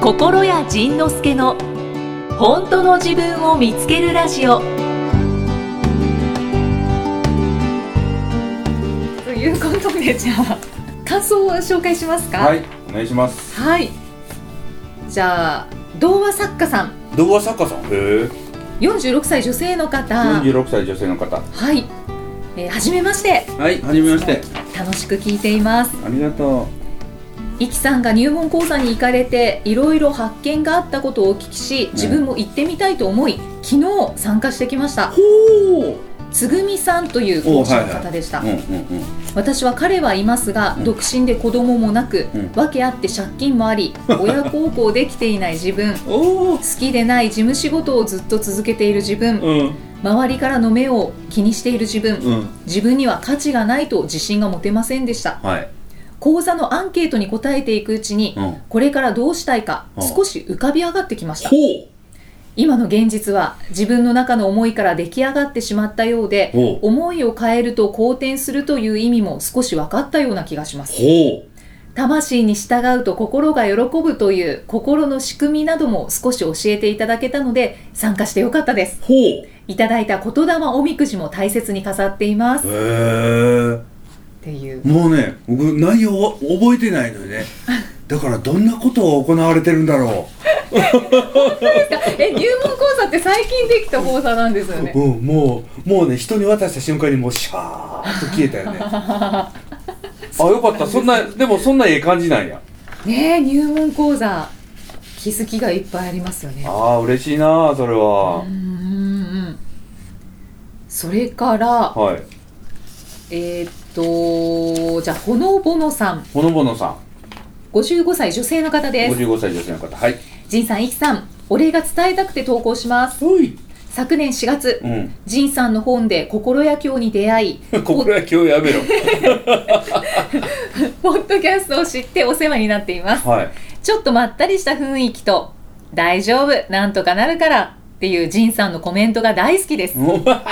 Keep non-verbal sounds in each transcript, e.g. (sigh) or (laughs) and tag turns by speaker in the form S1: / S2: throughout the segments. S1: 心谷仁之助の本当の自分を見つけるラジオということでじゃあ感想を紹介しますか
S2: はいお願いします
S1: はいじゃあ童話作家さん
S2: 童話作家さんへえ
S1: 46歳女性の方は
S2: 46歳女性の方
S1: い、えー、はじめまして
S2: はいはじめまして
S1: 楽しく聞いています
S2: ありがと
S1: イキさんが入門講座に行かれていろいろ発見があったことをお聞きし自分も行ってみたいと思い、昨日参加してきました
S2: うほう
S1: つぐみさんという講師の方でした、
S2: うんうん
S1: 私は彼はいますが、
S2: うん
S1: 独身で子供もなく、
S2: うん
S1: 訳あって借金もあ
S2: (laughs)
S1: り親孝行できていない自分好
S2: うんおお
S1: きでない事務仕事をずっと続けている自分、
S2: うん
S1: 周りからの目を気にしている自分、
S2: うん
S1: 自分には価値がないと自信が持てませんでした
S2: はい
S1: 講座のアンケートに答えていくうちに、
S2: うん
S1: これからどうしたいか
S2: うん
S1: 少し浮かび上がってきました
S2: ほ
S1: 今の現実は自分の中の思いから出来上がってしまったようで
S2: ほう
S1: 思いを変えると好転するという意味も少し分かったような気がします
S2: ほう
S1: 魂に従うと心が喜ぶという心の仕組みなども少し教えていただけたので参加してよかったです
S2: ほうへ
S1: いただいた言霊おみくじも大切に飾っていますっ
S2: え
S1: ていう
S2: もうね僕内容は覚えてない
S1: (laughs)
S2: のよねだからどんなことが行われてるんだろ
S1: え入門講座って最近できた講座なんですよね
S2: う、うん、もうもうね人に渡した瞬間にもうシャーッと消え
S1: (laughs)
S2: たよねあよかったそんなでもそんなええ感じなんや
S1: ねえ入門講座気づきがいっぱいありますよね
S2: ああ嬉しいなそれは
S1: うんうんうんそれから
S2: はい
S1: えーっとじゃあほのぼのさん
S2: ほのぼのさん
S1: 55歳女性の方です
S2: 55歳女性の方はい
S1: 仁さんいきさんお礼が伝えたくて投稿します
S2: はい
S1: 昨年4月
S2: うん
S1: 仁さんの本で心や教に出会い
S2: (laughs) これは今日やめろ
S1: ポッドキャストを知ってお世話になっています
S2: はい
S1: ちょっとまったりした雰囲気と大丈夫なんとかなるからっていう仁さんのコメントが大好き
S2: (laughs)
S1: です
S2: うんは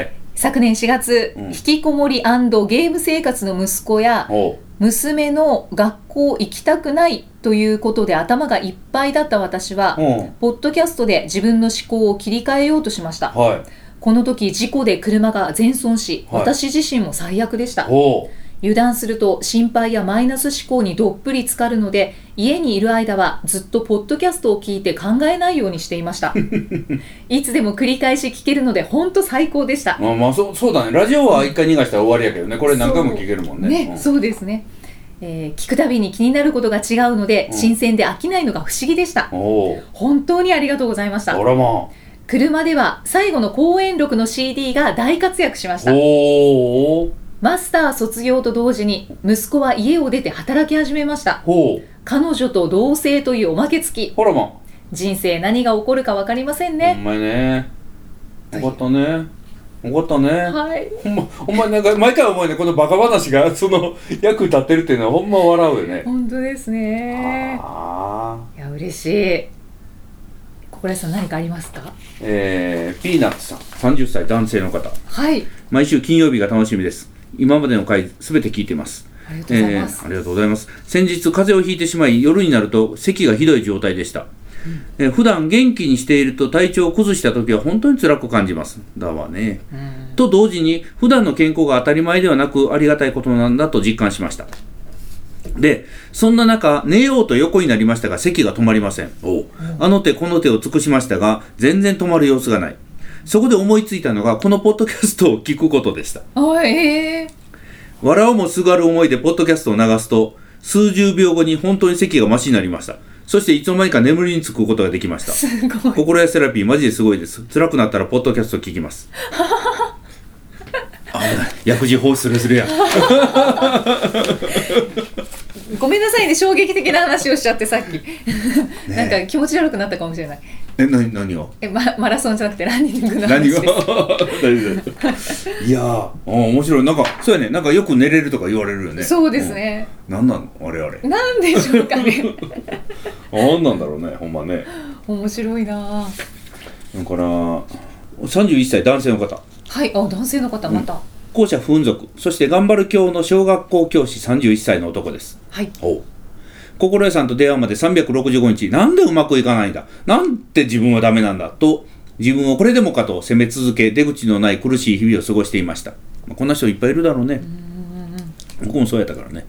S2: い
S1: 昨年4月、
S2: うん
S1: 引きこもりゲーム生活の息子や
S2: おう
S1: 娘の学校行きたくないということで頭がいっぱいだった私は、
S2: うん
S1: ポッドキャストで自分の思考を切り替えようとしました
S2: はい
S1: この時事故で車が全損し、
S2: はい
S1: 私自身も最悪でした
S2: おう
S1: 油断すると心配やマイナス思考にどっぷり浸かるので家にいる間はずっとポッドキャストを聞いて考えないようにしていました
S2: (laughs)
S1: いつでも繰り返し聞けるので本当最高でした
S2: まあまあそうそうだねラジオは一回逃がしたら終わりやけどねこれ何回も聞けるもんね
S1: ね、
S2: うん
S1: そうですね、えー聞くたびに気になることが違うので、
S2: うん
S1: 新鮮で飽きないのが不思議でした
S2: おう
S1: 本当にありがとうございました
S2: あらま
S1: 車では最後の公演録の CD が大活躍しまし
S2: あ
S1: た
S2: おう
S1: マスター卒業と同時に息子は家を出て働き始めました
S2: ほう
S1: 彼女と同棲というおまけ付き
S2: ほらまあ
S1: 人生何が起こるか分かりません
S2: ほ
S1: ね、
S2: んまやねよかったねよかったね
S1: はい
S2: ほんまほんまなんか毎回思うねこのバカ話がその役立ってるっていうのはほんま笑うよね
S1: 本当ですね
S2: ああ
S1: いや嬉しい心屋さん何かありますか
S2: えー、ピーナッツさん30歳男性の方
S1: はい
S2: 毎週金曜日が楽しみです今までの回すべて聞いてます
S1: ありがとうござい
S2: え
S1: ます、
S2: ーありがとうございます先日風邪をひいてしまい夜になると咳がひどい状態でした、えー普段元気にしていると体調を崩した時は本当に辛く感じますだわね
S1: うん
S2: と同時に普段の健康が当たり前ではなくありがたいことなんだと実感しましたでそんな中寝ようと横になりましたが席が止まりませんおうあの手この手を尽くしましたが全然止まる様子がないそこで思いついたのがこのポッドキャストを聞くことでした
S1: あええ
S2: 笑おうもすがる思いでポッドキャストを流すと数十秒後に本当に席がマシになりましたそしていつの間にか眠りにつくことができました
S1: すごい
S2: 心やセラピーマジですごいです辛くなったらポッドキャスト聞きます (laughs) 危ない薬事法スレスレや
S1: (laughs) ごめんなさいね衝撃的な話をしちゃってさっき、 (laughs) なんか気持ち悪くなったかもしれない
S2: え何何を
S1: え、ま、マラソンじゃなくてランニングの話
S2: 何
S1: で
S2: が
S1: す
S2: 大丈夫大丈夫いやーうん面白いなんかそうやねなんかよく寝れるとか言われるよね
S1: そうです、ね、
S2: うん、何なのあれあれ
S1: なんでしょうかね
S2: 何なんだろうねほんまね
S1: 面白いなあ
S2: だから31歳男性の方
S1: はいあ男性の方また、
S2: 校舎不運族そして頑張る教の小学校教師31歳の男です
S1: はい
S2: お心屋さんと出会うまで365日、なんでうまくいかないんだなんて自分はダメなんだと、自分をこれでもかと責め続け、出口のない苦しい日々を過ごしていました。まあこんな人いっぱいいるだろうね。僕もそうやったからね。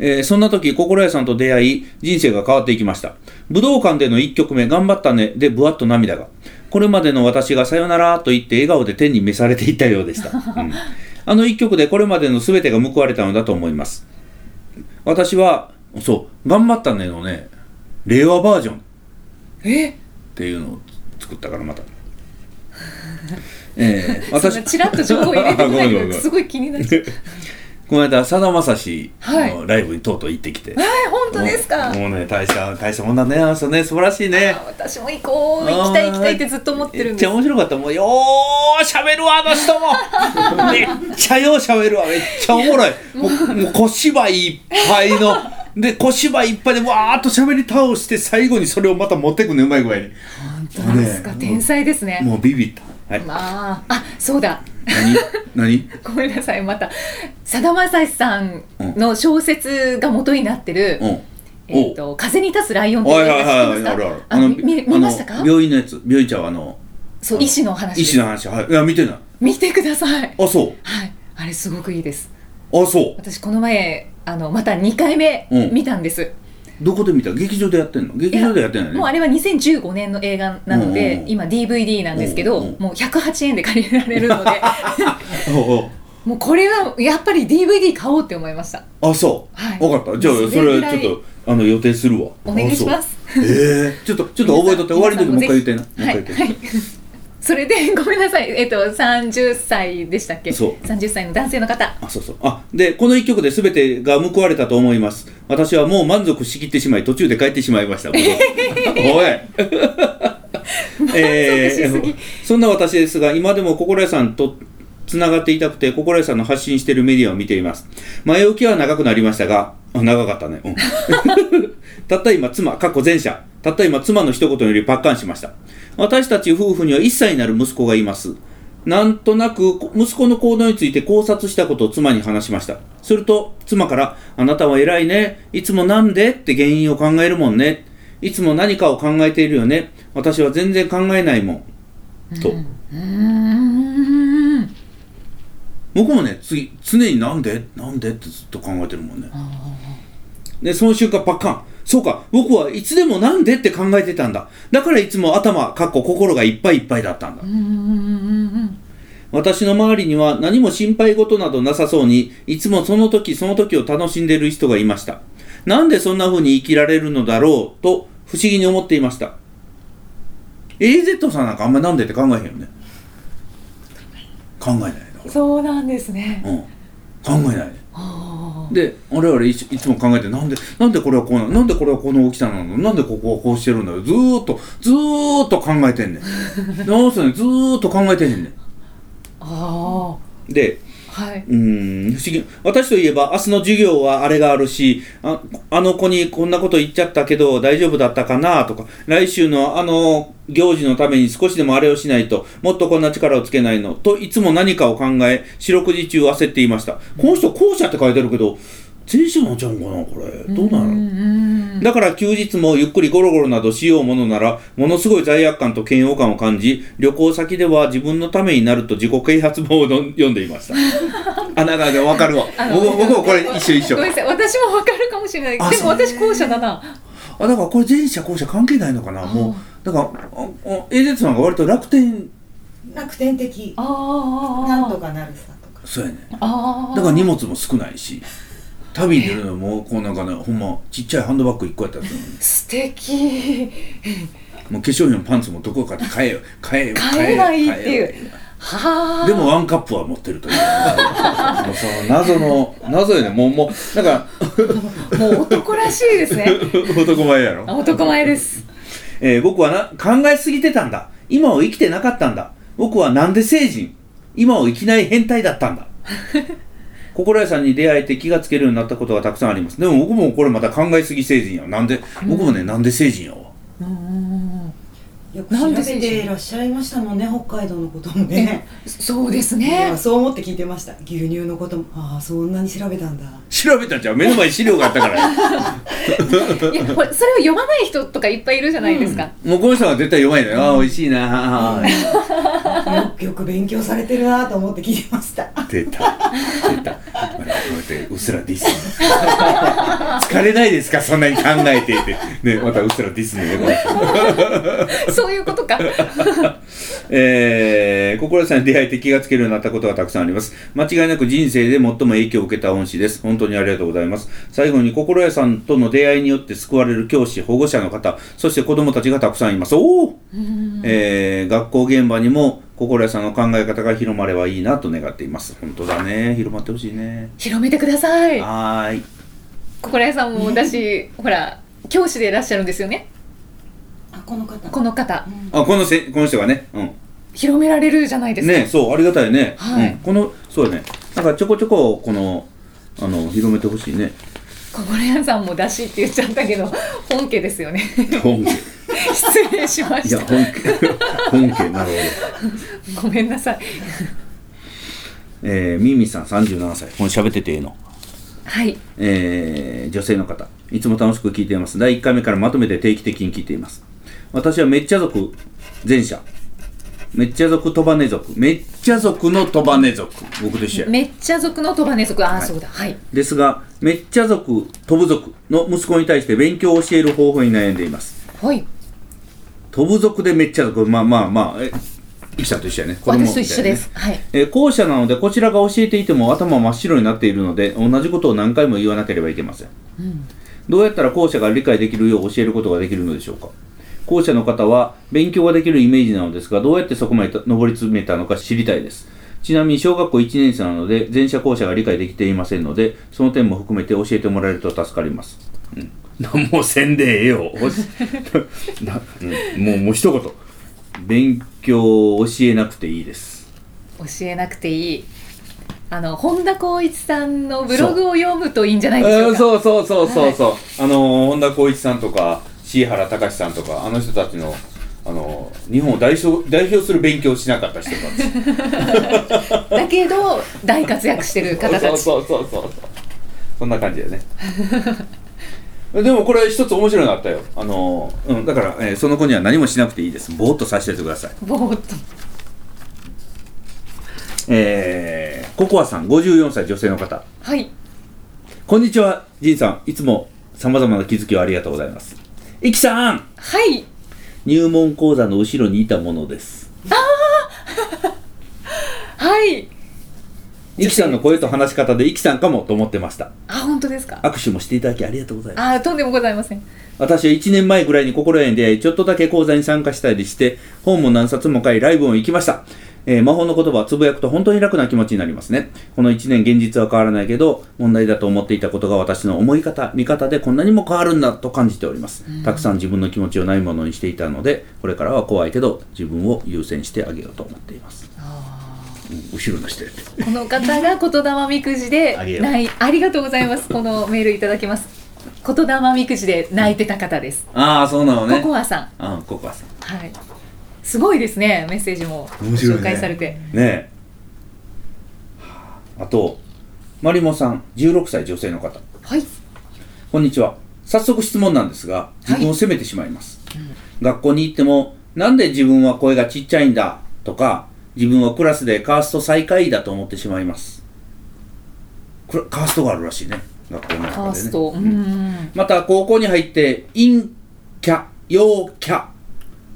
S2: えーそんな時、心屋さんと出会い、人生が変わっていきました。武道館での1曲目、頑張ったね、で、ぶわっと涙が。これまでの私がさよならと言って笑顔で天に召されていったようでした。うんあの1曲でこれまでの全てが報われたのだと思います。私は、そう、頑張ったねのね、令和バージョンっ
S1: え
S2: ていうのを作ったから
S1: (laughs)
S2: また。えー
S1: そんなチラッと情報入れてこ
S2: (laughs) ご
S1: な
S2: めん
S1: い
S2: ご
S1: け
S2: めんごめ
S1: ど
S2: ん
S1: すごい気になっちゃう
S2: この間さだまさし
S1: は
S2: のライブにとうとう行ってきて、
S1: はい本当ですか
S2: もうもうね大した大したもんだねあの人ね素晴らしいね
S1: あ私も行こう行きたい行きたいってずっと思ってる
S2: め
S1: ん
S2: っ
S1: で
S2: ち
S1: す
S2: ゃ面白かったもうよーしゃべるわあの人
S1: (laughs)
S2: もめっちゃようしゃべるわめっちゃおもろいもうもう小芝居いっぱいので小芝居いっぱいでわーっとしゃべり倒して最後にそれをまた持ってくねうまい具合に
S1: 本当ですか
S2: ね
S1: 天才ですね
S2: もうビビった、はい、
S1: まああそうだ (laughs)
S2: 何
S1: ごめんなさいまたさだまさしさんの小説が元になってる「
S2: 何うん
S1: えっと風に立つライオン」ってい
S2: は
S1: う
S2: い
S1: 映
S2: はい
S1: 画知
S2: は
S1: って
S2: い
S1: ま
S2: あ
S1: すか
S2: るある
S1: あ
S2: の
S1: み見見
S2: あの
S1: ましたか
S2: 病院のやつ病院ちゃんあの
S1: そう医師のお話
S2: 医師の話はいいや見てない
S1: 見てください
S2: あそう
S1: はいあれすごくいいです
S2: あそう
S1: 私この前あのまた2回目
S2: うん
S1: 見たんです、
S2: どこで見た劇場でやってんの劇場でやってんのね
S1: もうあれは2015年の映画なので、
S2: うんうんうん
S1: 今 DVD なんですけど、
S2: うんうん
S1: もう108円で借りられる
S2: (laughs)
S1: ので
S2: おうおう
S1: もうこれはやっぱり DVD 買おうって思いました
S2: あそう、
S1: はい
S2: 分かったじゃあそ
S1: それぐ
S2: れ
S1: らい
S2: ちょっとあの予定するわ
S1: お願いします
S2: あそうええちょっとちょっと覚えとって終わりの時もう一回言ってな
S1: (laughs) は
S2: もう一回
S1: い、
S2: 言って、
S1: はい、それでごめんなさいえっと30歳でしたっけ
S2: そう
S1: 30歳の男性の方
S2: あそうそうあでこの1曲で全てが報われたと思います私はもう満足しきってしまい途中で帰ってしまいましたお
S1: (laughs)
S2: いえ
S1: しすぎ
S2: ーそんな私ですが今でも心屋さんとつながっていたくて心屋さんの発信しているメディアを見ています前置きは長くなりましたがあ長かったね、うんたった今妻過去前者たった今妻の一言よりパッカンしました私たち夫婦には1歳になる息子がいますなんとなく息子の行動について考察したことを妻に話しましたすると妻から「あなたは偉いねいつもなんで?」って原因を考えるもんねいつも何かを考えているよね私は全然考えないもんと、
S1: うーん
S2: 僕もね次常になんでなんでってずっと考えてるもんねでその瞬間パッカンそうか僕はいつでもなんでって考えてたんだだからいつも頭かっこ心がいっぱいいっぱいだったんだ
S1: うーん
S2: 私の周りには何も心配事などなさそうにいつもその時その時を楽しんでいる人がいましたなんでそんな風に生きられるのだろうと不思議に思っていました AZ さんなんかあんまなんでって考えへんよね考えないねほら
S1: そうなんですね
S2: うん、考えない
S1: あ
S2: で我々いついつも考えてなんでなんでこれはこうなのなんでこれはこの大きさなのなんでここはこうしてるんだよずーっとずーっと考えてんねんなんすねずーっと考えてへんね
S1: ーあ
S2: んで
S1: ーはいう
S2: ーん不思議私といえば明日の授業はあれがあるしああの子にこんなこと言っちゃったけど大丈夫だったかなとか来週のあの行事のために少しでもあれをしないともっとこんな力をつけないのといつも何かを考え四六時中焦っていましたこの人後者って書いてあるけど前者なんちゃうんかなこれどうなの
S1: ん
S2: だから休日もゆっくりゴロゴロなどしようものなら、ものすごい罪悪感と嫌悪感を感じ、旅行先では自分のためになると自己啓発本をどん読んでい
S1: (laughs)
S2: ました。あ、なんかわかるわ
S1: あ。の
S2: 僕も僕もこれ一緒一緒
S1: ご。めんなさい私もわかるかもしれない
S2: あ
S1: でも
S2: そう
S1: 私後者だな
S2: あ、だからこれ前者後者関係ないのかなもう、だから、ああ AZ さんが割と楽天、
S3: 楽天的
S1: あー
S3: なんとかなるさとか
S2: そうやね。
S1: あー
S2: だから荷物も少ないし、旅に出るのも、こうなんかね、ほんま、ちっちゃいハンドバッグ一個やったらするのに、
S1: 素敵
S2: もう化粧品のパンツもどこかで買えよ、買えよ、
S1: 買えないっていう
S2: 買えよ
S1: はあ
S2: でもワンカップは持ってる (laughs) という。もうその謎の、謎よね。もう、もう、だか
S1: もう男らしいですね
S2: ら、 (laughs) 男前や
S1: あ
S2: ろ。
S1: 男前です
S2: えー僕はな、考えすぎてたんだ。今を生きてなかったんだ。僕はなんで成人今を生きない変態だった
S1: (laughs)
S2: んだ。心屋さんに出会えて気がつけるようになったことがたくさんあります。でも僕もこれまた考えすぎ成人やわ。なんで、僕もね、なんで成人やわ。
S1: うんうんうん
S3: よく調べていらっしゃいましたもんね北海道のこともね
S1: そうです
S3: い
S1: ね
S3: やそう思って聞いてました牛乳のこともああそんなに調べたんだ
S2: 調べたんじゃう目の前に資料があったから
S1: (laughs) いやこれそれを読まない人とかいっぱいいるじゃないですか、
S2: もうこの人は絶対弱いのよ、ああ美味しいなあー
S3: (laughs) よくよく勉強されてるなと思って聞いてました
S2: 出た出たあれこうやってうっすらディスる疲れないですかそんなに考えていてねまたうっすらディスるのよこの人
S1: そういうこと
S2: (laughs)
S1: か
S2: えー、心さんに出会えて気がつけるようになったことがたくさんあります。間違いなく人生で最も影響を受けた恩師です。本当にありがとうございます。最後に心屋さんとの出会いによって救われる教師、保護者の方、そして子供たちがたくさんいます。おーえー学校現場にも心屋さんの考え方が広まればいいなと願っています。本当だね。広まってほしいね。
S1: 広めてください
S2: はーい。
S1: 心屋さんもだしほら教師でいらっしゃるんですよね
S3: あこの方
S1: この方
S3: うん
S2: あ、このせ、この人がね。うん。
S1: 広められるじゃないですか、
S2: ねそうありがたいね、
S1: はい
S2: うん、このそうだねなんかちょこちょここのあの広めてほしいね
S1: 心屋さんもだしって言っちゃったけど本家ですよね (laughs)
S2: 本家
S1: 失礼しま
S2: (laughs) い
S1: し
S2: や
S1: た
S2: 本家本家なるほど
S1: ごめんなさい
S2: えー、ミミさん37歳これ喋っててええの
S1: はい
S2: えー女性の方いつも楽しく聞いています第1回目からまとめて定期的に聞いています私はめっちゃ族前者めっちゃ族鳥羽根族めっちゃ族の鳥羽根族僕と一緒や
S1: めっちゃ族の鳥羽根族ああ、
S2: い
S1: そうだはい
S2: ですがめっちゃ族飛ぶ族の息子に対して勉強を教える方法に悩んでいます
S1: はい
S2: 飛ぶ族でめっちゃ族まあまあまあえイキさんと一緒やね子供みたい
S1: 私
S2: な
S1: と
S2: ね
S1: 一緒です、はい
S2: えー後者なのでこちらが教えていても頭真っ白になっているので同じことを何回も言わなければいけません、どうやったら後者が理解できるよう教えることができるのでしょうか後者の方は勉強ができるイメージなのですがどうやってそこまでた上り詰めたのか知りたいですちなみに小学校1年生なので前者後者が理解できていませんのでその点も含めて教えてもらえると助かります、うん、何もせんでええ (laughs) よな、うん、もうもう一言勉強を教えなくていいです
S1: 教えなくていいあの本田光一さんのブログを読むといいんじゃないでしょ
S2: う
S1: うんか
S2: そうそうそうそうそう、あのー本田光一さんとか椎原隆さんとかあの人たちのあのー日本を代表代表する勉強をしなかった人たち
S1: だけど大活躍してる方たち
S2: そうそうそうそうそうそんな感じだよね (laughs) でもこれ一つ面白いのあったよあのーうんだから、えーその子には何もしなくていいですぼーっとさせててください
S1: ぼーっと
S2: えーココアさん54歳女性の方
S1: はい
S2: こんにちは仁さんいつもさまざまな気づきをありがとうございますいきさん
S1: はい
S2: 入門講座の後ろにいたものです。
S1: はい
S2: イキさんの声と話し方でイキさんかもと思ってました。
S1: あ本当ですか
S2: 握手もしていただきありがとうございま
S1: あ
S2: す。
S1: とんでもございません
S2: 私は1年前ぐらいに心得に出会い、ちょっとだけ講座に参加したりして、本も何冊も買い、ライブも行きました。えー魔法の言葉はつぶやくと本当に楽な気持ちになりますね。この1年現実は変わらないけど、問題だと思っていたことが私の思い方、見方でこんなにも変わるんだと感じております。たくさん自分の気持ちをないものにしていたので、これからは怖いけど、自分を優先してあげようと思っています。うん後ろの人やって。
S1: この方が言霊みくじで
S2: (laughs) ありえない
S1: ないありがとうございますこのメールいただきます言霊みくじで泣いてた方です、
S2: ああ、そうなのね。
S1: ココアさん
S2: あココアさん。
S1: はいすごいですねメッセージもご
S2: 面白いね
S1: 紹介されて、
S2: ねえ。あと、マリモさん、16歳女性の方。
S1: はい
S2: こんにちは。早速質問なんですが、自分を責めてしまいます。学校に行っても、なんで自分は声がちっちゃいんだとか、自分はクラスでカースト最下位だと思ってしまいます。クラカーストがあるらしいね。学校の中でね。
S1: カースト、う
S2: うんんまた高校に入って陰キャ陽キャ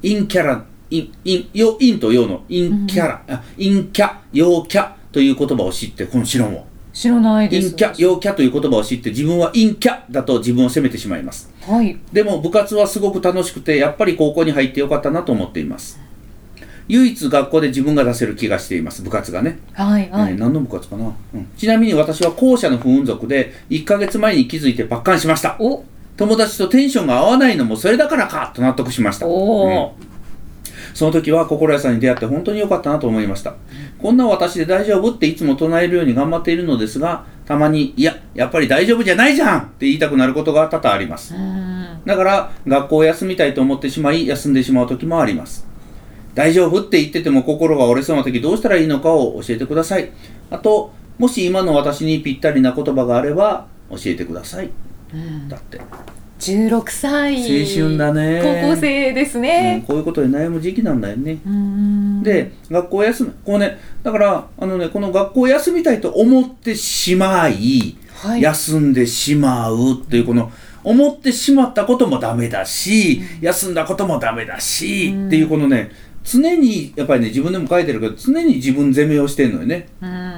S2: 陰キャラ陰陰陽陰と陽の陰キャラ、あ陰キャ陽キャという言葉を知ってこの知らんわ
S1: 知らないです
S2: 陰キャ陽キャという言葉を知って自分は陰キャだと自分を責めてしまいます
S1: はい
S2: でも部活はすごく楽しくてやっぱり高校に入ってよかったなと思っています唯一学校で自分が出せる気がしています部活がね
S1: はいはい、
S2: えー何の部活かな、うんちなみに私は後者の不運族で1ヶ月前に気づいて抜刊しました
S1: お
S2: 友達とテンションが合わないのもそれだからかと納得しました、
S1: おー
S2: うんその時は心屋さんに出会って本当に良かったなと思いましたこんな私で大丈夫っていつも唱えるように頑張っているのですがたまにいややっぱり大丈夫じゃないじゃんって言いたくなることが多々あります
S1: うーん
S2: だから学校を休みたいと思ってしまい休んでしまう時もあります大丈夫って言ってても心が折れそうな時どうしたらいいのかを教えてくださいあともし今の私にぴったりな言葉があれば教えてくださいだって、
S1: 16歳
S2: 青春だね
S1: 高校生です
S2: うん
S1: ね、
S2: こういうことで悩む時期なんだよね
S1: うん、
S2: で学校休むこうねだからあのねこの学校休みたいと思ってしまい、
S1: はい
S2: 休んでしまうっていうこの思ってしまったこともダメだし、休んだこともダメだし、
S1: うん
S2: っていうこのね常にやっぱりね自分でも書いてるけど常に自分責めをしてんのよね
S1: うんうんうんうんう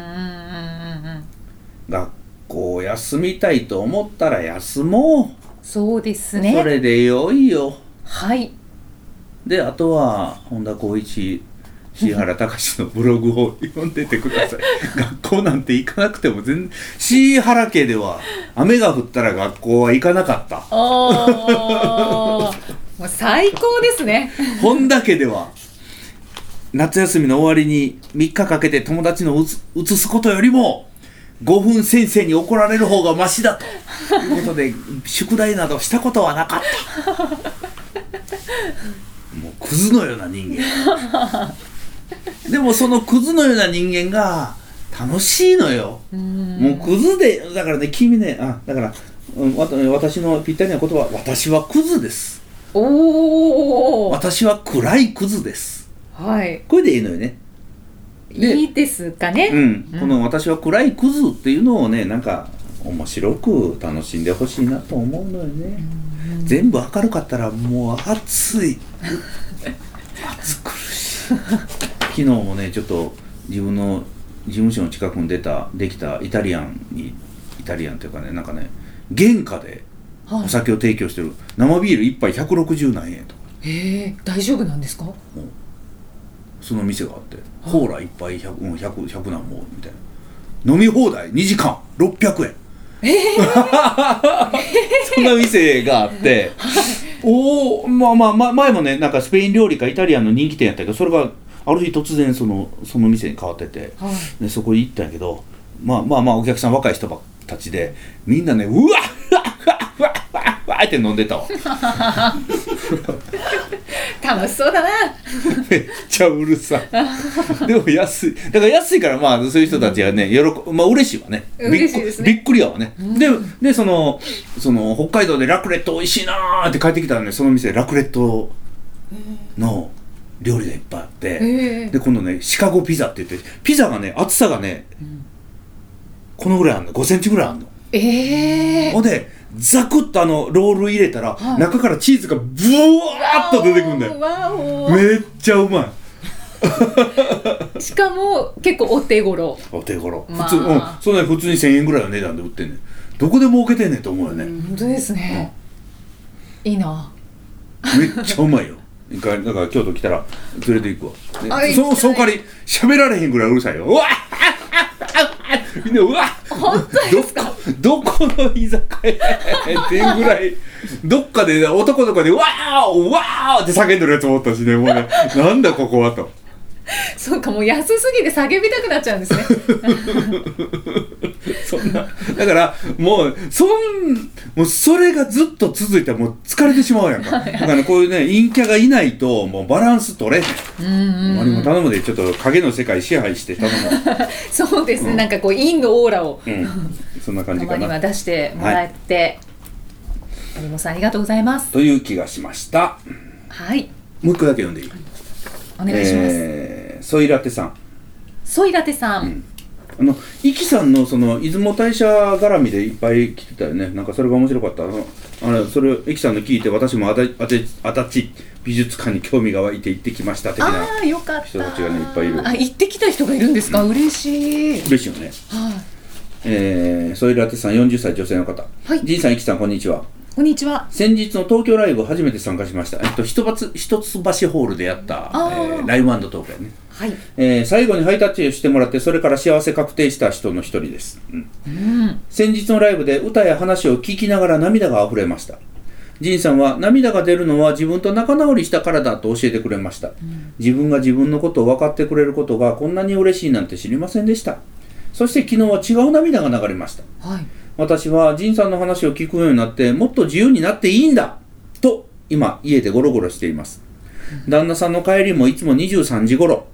S1: ん
S2: 学校休みたいと思ったら休もう
S1: そうですね
S2: それでよいよ
S1: はい
S2: であとは本田光一椎原隆のブログを読んでてください学校なんて行かなくても全然椎原家では雨が降ったら学校は行かなかった
S1: おーもう最高ですね
S2: 本田家では夏休みの終わりに3日かけて友達のうつ移すことよりも5分先生に怒られる方がマシだということで宿題などしたことはなかったもうクズのような人間でもそのクズのような人間が楽しいのよ
S1: うん
S2: もうクズでだからね君ねあだから、うん、わた私のぴったりな言葉は私はクズです
S1: おお
S2: 私は暗いクズです
S1: はい
S2: これでいいのよねで
S1: いいですかね、
S2: うんこの「私は暗いクズ」っていうのをねなんか面白く楽しんでほしいなと思うのよね全部明るかったらもう暑い暑苦しい昨日もねちょっと自分の事務所の近くに出たできたイタリアンにイタリアンというかねなんかね原価で
S1: は
S2: お酒を提供してる生ビール1杯160何円とか
S1: い、えー、大丈夫なんですか
S2: その店があってコーラ一杯100、うん、100, 100何もみたいな飲み放題2時間600円そんな店があっておおまあまあまあ前もねなんかスペイン料理かイタリアンの人気店やったけどそれがある日突然そのその店に変わってて
S1: はい
S2: でそこに行ったんやけどまあまあまあお客さん若い人ばったちでみんなねうわっうわっうわっうわっうわっうわっって飲んでたわ
S1: 楽しそうだな
S2: (laughs) めっちゃうる
S1: (laughs)
S2: さいでも安いだから安いからまあそういう人たちはね喜まあ嬉しいわねびっく
S1: 嬉しいですね
S2: びっくりやわね、ででそのその北海道でラクレット美味しいなーって帰ってきたらねその店でラクレットの料理がいっぱいあって、
S1: ええ
S2: で今度ねシカゴピザって言ってピザがね厚さがね、このぐらいあるの5センチぐらいあるの
S1: ええ
S2: ほんでザクッとあのロール入れたら、
S1: はい
S2: 中からチーズがブワーッと出てくるんだよ
S1: わおわ
S2: めっちゃうまい
S1: おしかも結構お手頃
S2: お手頃普
S1: まあ
S2: 通、うんそんなに普通に1000円ぐらいの値段で売ってんねんどこで儲けてんねんと思うよね、
S1: 本当ですね、いいな
S2: めっちゃうまいよ一回だから京都来たら連れて行くわ、
S1: あ
S2: ね、
S1: い
S2: そ
S1: い
S2: のその代わり喋られへんぐらいうるさいようわっみんなうわっ
S1: 本当ですか
S2: どこどこの居酒屋やねんっていうぐらいどっかで男とかでわーおわーって叫んでるやつもおったしねもうねなんだここはと
S1: そうかもう安すぎて叫びたくなっちゃうん
S2: (laughs)
S1: ですね
S2: そんなだからもうそんもうそれがずっと続いたらもう疲れてしまうやんかだから、ね、こういうね陰キャがいないともうバランス取れへん
S1: うん
S2: 何も頼むでちょっと影の世界支配して
S1: (laughs)
S2: 頼む
S1: そうですね、なんかこう陰のオーラを
S2: うんそんな感
S1: た
S2: じ
S1: ま
S2: か
S1: には
S2: な
S1: 出してもらって、森本さんありがとうございます
S2: という気がしました
S1: はい
S2: もう一個だけ読んでいい
S1: お願いします、
S2: えーソイラテさん
S1: ソイラテさん、
S2: あのイキさんのその出雲大社絡みでいっぱい来てたよねなんかそれが面白かったあのあれそれイキさんの聞いて私もあたあてあたち美術館に興味が湧いて行ってきました的な
S1: ああよかった
S2: 人たちがねいっぱいいる
S1: あ行ってきた人がいるんですか、嬉しい
S2: 嬉しいよね
S1: はい
S2: えー、ソイルアテさん40歳女性の方
S1: はい
S2: ジンさんイキさんこんにちは
S1: こんにちは
S2: 先日の東京ライブ初めて参加しましたえっと一つ一橋ホールでやった、え
S1: あー
S2: ーライブトークやね
S1: はい
S2: えー最後にハイタッチをしてもらってそれから幸せ確定した人の一人です、うん
S1: うん
S2: 先日のライブで歌や話を聞きながら涙が溢れましたジンさんは涙が出るのは自分と仲直りしたからだと教えてくれました、自分が自分のことを分かってくれることがこんなに嬉しいなんて知りませんでしたそして昨日は違う涙が流れました
S1: はい
S2: 私は仁さんの話を聞くようになってもっと自由になっていいんだ今家でゴロゴロしています旦那さんの帰りもいつも23時頃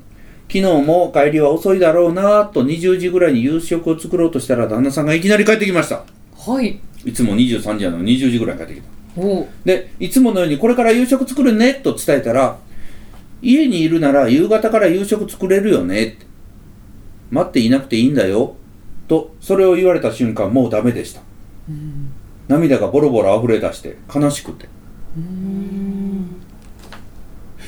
S2: 昨日も帰りは遅いだろうなぁと20時ぐらいに夕食を作ろうとしたら旦那さんがいきなり帰ってきました
S1: はい
S2: いつも23時なのに20時ぐらいに帰ってきた
S1: おう
S2: でいつものようにこれから夕食作るねと伝えたら家にいるなら夕方から夕食作れるよねって待っていなくていいんだよとそれを言われた瞬間もうダメでした
S1: うん
S2: 涙がボロボロ溢れ出して悲しくて
S1: うーん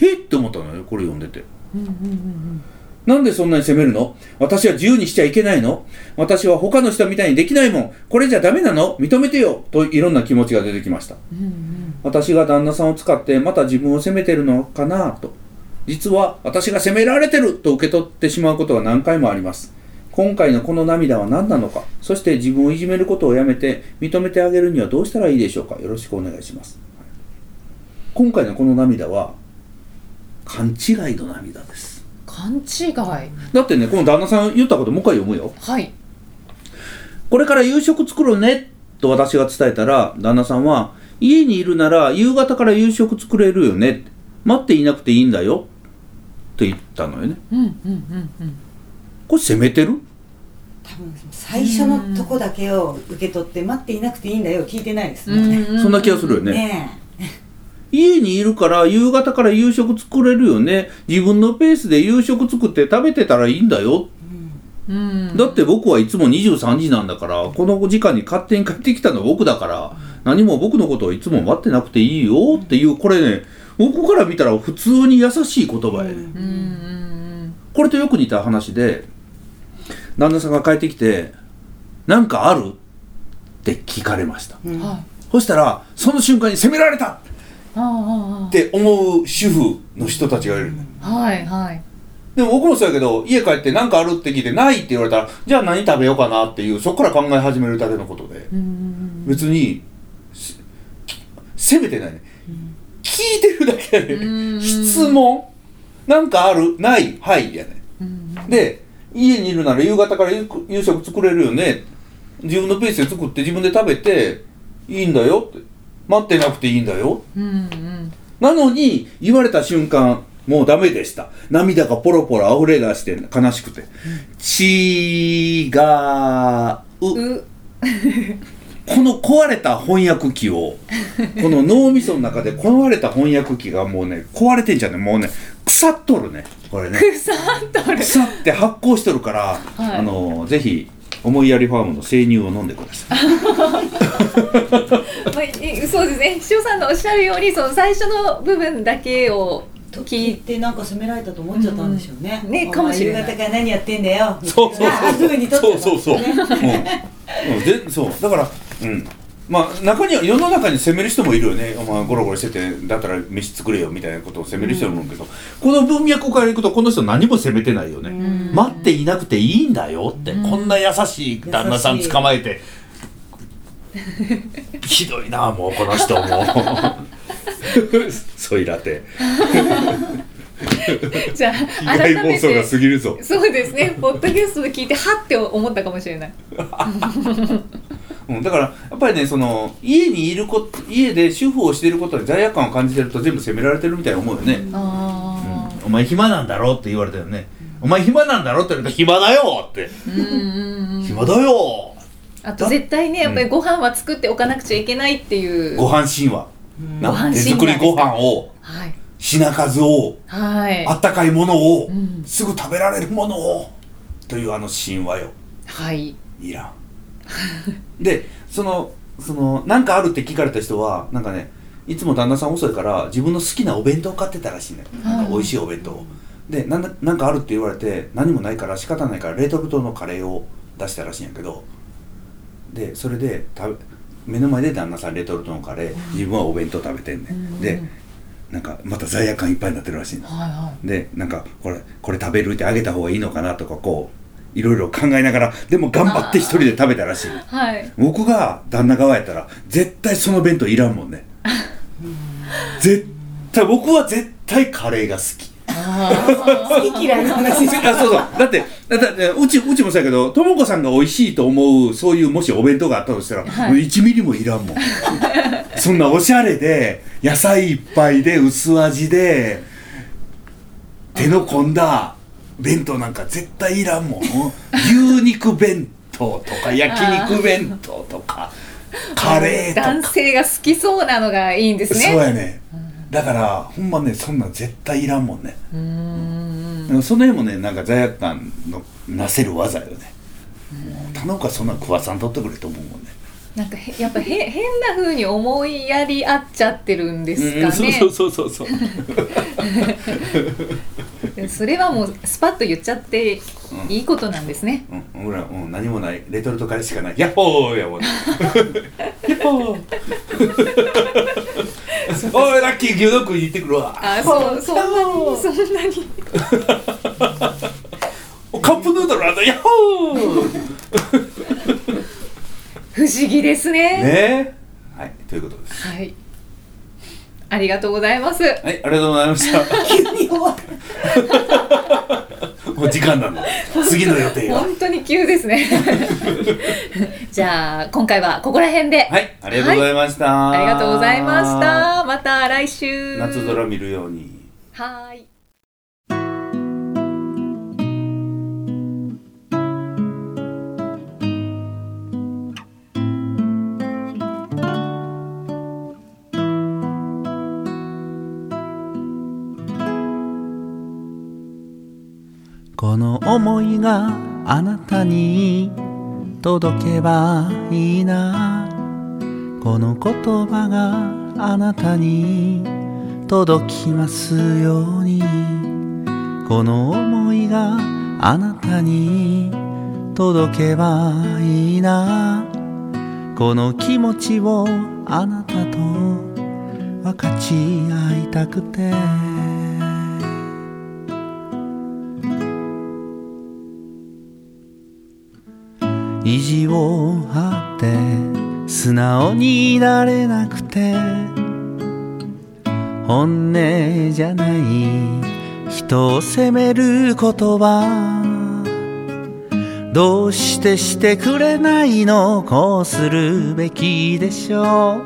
S2: へっって思ったのよこれ読んでて
S1: うんうんうん
S2: なんでそんなに責めるの私は自由にしちゃいけないの私は他の人みたいにできないもんこれじゃダメなの認めてよといろんな気持ちが出てきました
S1: うんうん
S2: 私が旦那さんを使ってまた自分を責めてるのかなと実は私が責められてると受け取ってしまうことが何回もあります今回のこの涙は何なのかそして自分をいじめることをやめて認めてあげるにはどうしたらいいでしょうかよろしくお願いします今回のこの涙は勘違いの涙です
S1: 勘違い
S2: だってねこの旦那さん言ったこともう一回読むよ
S1: はい
S2: これから夕食作るねと私が伝えたら旦那さんは家にいるなら夕方から夕食作れるよね待っていなくていいんだよって言ったのよね
S1: うんうんうんうん
S2: これ責めてる
S3: 多分最初のとこだけを受け取って待っていなくていいんだよ聞いてないですもんね。
S2: そんな気がするよね
S3: ね
S2: 家にいるから夕方から夕食作れるよね自分のペースで夕食作って食べてたらいいんだよ
S3: え。うん
S1: うん
S2: だって僕はいつも23時なんだからこの時間に勝手に帰ってきたのは僕だから何も僕のことをいつも待ってなくていいよっていうこれね僕から見たら普通に優しい言葉やね、
S1: うんうん
S2: これとよく似た話で旦那さんが帰ってきて「なんかある?」って聞かれました
S3: う
S1: うん
S3: ん
S1: はい
S2: そしたらその瞬間に責められた
S1: ああああ
S2: って思う主婦の人たちがいる
S1: はいはい
S2: でも僕もそうやけど家帰って「なんかある?」って聞いて「ない」って言われたらじゃあ何食べようかなっていうそこから考え始めるだけのことで
S1: うんうん
S2: 別にし責めてないね聞いてるだけや
S1: う
S2: ね
S1: ん
S2: 質問なんかあるないはいやね
S1: うん
S2: で家にいるなら夕方から夕夕食作れるよね自分のペースで作って自分で食べていいんだよって待ってなくていいんだよ
S1: うんうん
S2: なのに言われた瞬間もうダメでした涙がポロポロ溢れ出して悲しくて違う
S1: う
S2: この壊れた翻訳機をこの脳みその中で壊れた翻訳機がもうね壊れてんじゃんねもうね腐っとるねこ
S3: (laughs)
S2: れね
S1: 腐っとる
S2: 腐って発酵しとるから、
S1: い
S2: あのぜひ思いやりファームの生乳を飲んでくだ
S3: (laughs)
S2: さい。
S1: まあ、い (laughs) そうですね秘書さんのおっしゃるようにその最初の部分だけを
S3: と聞
S1: 聞
S3: い
S1: い
S3: てなんか責められたと思っちゃったんでしょうね。
S1: うんね
S3: お前
S1: かもしれない
S3: 夕方から何やってんだよ。
S2: そうそうそう
S3: ああいう風に撮ってた
S2: そうそうそう
S3: ね
S2: うん、うんでそうだから、うん、まあ中には世の中に責める人もいるよね。まあゴロゴロしててだったら飯作れよみたいなことを責める人もいるけど、この文脈からいくとこの人何も責めてないよね。
S3: ん
S2: 待っていなくていいんだよって、
S1: ん
S2: こんな優しい旦那さん
S3: 優しい
S2: 捕まえてひどいなあもうこの (laughs) 人もそいらて
S1: じゃあ
S2: 被害
S1: 改
S2: 妄
S1: め
S2: 想が
S1: て
S2: 過ぎるぞ
S1: そうですねポッドキャストで聞いてはって思ったかもしれない
S2: うん、だからやっぱりねその家にいること家で主婦をしていることに罪悪感を感じてると全部責められてるみたいな思うよね、うん
S1: あ
S2: お前暇なんだろって言われたよね、お前暇なんだろって言われたら暇だよって、
S1: うんうんうん
S2: 暇だよ
S1: あと絶対ねやっぱりご飯は作っておかなくちゃいけないっていう
S2: ご飯神話、
S3: うん
S2: な
S1: ご飯神話
S2: 手作りご飯を
S1: はい
S2: 品数を
S1: はい
S2: あったかいものを、
S1: うん
S2: すぐ食べられるものをというあの神話よ
S1: はい
S2: いらん (laughs) でそのそのなんかあるって聞かれた人はなんかねいつも旦那さん遅いから自分の好きなお弁当買ってたらしいね、なんか美味しいお弁当をでなんだなんかあるって言われて何もないから仕方ないから冷凍ルトのカレーを出したらしいんやけどでそれで食べ目の前で旦那さんレトルトのカレー自分はお弁当食べてんね、
S1: うん
S2: ん、でなんかまた罪悪感いっぱいになってるらしいの
S1: はいは
S2: でなんかこれこれ食べるってあげた方がいいのかなとかこういろいろ考えながらでも頑張って一人で食べたらしい
S1: いはい
S2: 僕が旦那側やったら絶対その弁当いらんもんね絶対僕は絶対カレーが好き
S1: ああ
S3: 好き嫌いの話
S4: (laughs)
S3: し
S4: あそうそうだってだだってうちうちもそうやけどともこさんが美味しいと思うそういうもしお弁当があったとしたら、
S1: はい
S4: もう1ミリもいらん
S1: (laughs)
S4: もんそんなおしゃれで野菜いっぱいで薄味で手の込んだ弁当なんか絶対いらんもん牛肉弁当とか焼肉弁当とかカレーとか
S1: 男性が好きそうなのがいいんです
S4: そう
S1: ね
S4: やねだからほんまねそんなん絶対いらんもんね
S1: うーん
S4: でもその辺もねなんか罪悪感のなせる技よねもう頼むからそんなん食わさんとってくれと思うもんね
S1: なんかへやっぱへ変な風に思いやり合っちゃってるんですかね
S4: うんそうそうそうそう
S1: でもそれはもうスパッと言っちゃっていいことなんですね、
S4: うん俺ら、うん、何もないレトルトカレーしかないヤッホー (laughs) やもんヤッホー (laughs) おいラッキー牛丼食いに行ってくるわ
S1: あそうそんなにそんなに
S4: カップヌードルあんたヤッホー
S1: 不思議ですね
S4: ねはいということです
S1: はいありがとうございます
S4: はいありがとうございま
S1: (laughs)
S4: した
S3: に終わる
S4: (laughs) もう時間
S1: (laughs)
S4: なの。次の予定が。
S1: 本当に急で
S4: (laughs)
S1: すねじゃあ今回はここら辺で、
S4: はい、ありがとうございました。
S1: ありがとうございまし。たまた来週
S4: 夏空見るように。
S1: はーい
S2: この思いがあなたに届けばいいなこの言葉があなたに届きますようにこの思いがあなたに届けばいいなこの気持ちをあなたと分かち合いたくて意地を張って素直になれなくて本音じゃない人を責める言葉どうしてしてくれないのこうするべきでしょう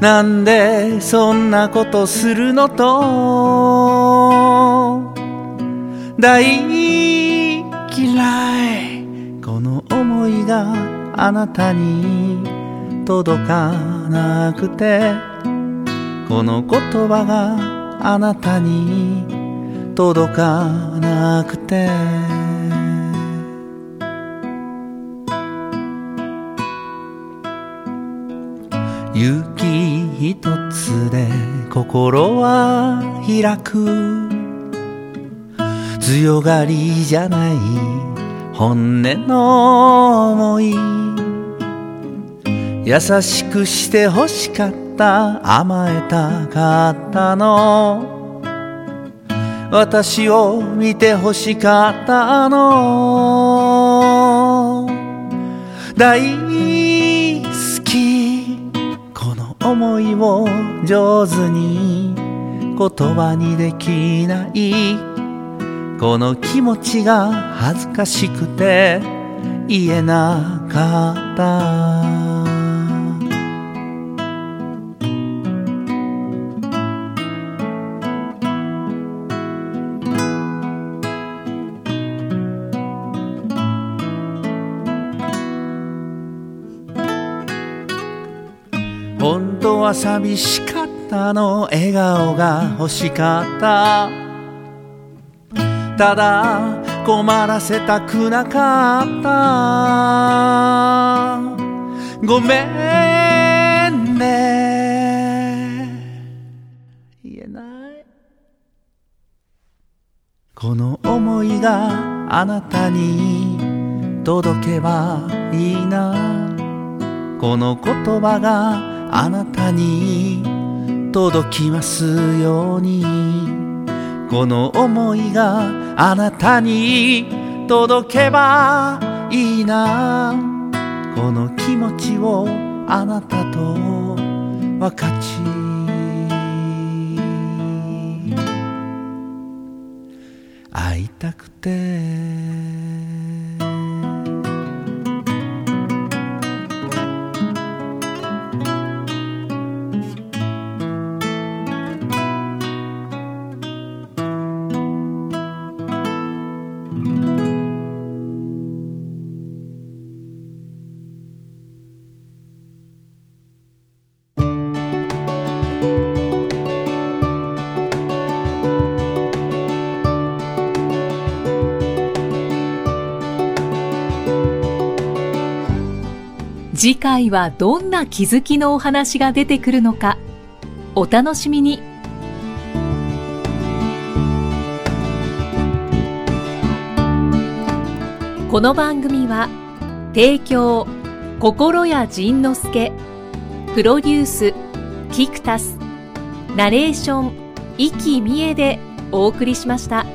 S2: なんでそんなことするのと大嫌いこの思いがあなたに届かなくてこの言葉があなたに届かなくて勇気一つで心は開く強がりじゃない本音の思い優しくして欲しかった甘えたかったの私を見て欲しかったの大好きこの思いを上手に言葉にできないこの気持ちが恥ずかしくて言えなかった本当は寂しかったの笑顔が欲しかったただ困らせたくなかったごめんね言えないこの思いがあなたに届けばいいなこの言葉があなたに届きますようにこの思いがあなたに届けばいいなこの気持ちをあなたと分かち
S5: たくて
S1: 次回はどんな気づきのお話が出てくるのかお楽しみにこの番組は提供心谷仁之助プロデュースキクタスナレーション生きみえでお送りしました。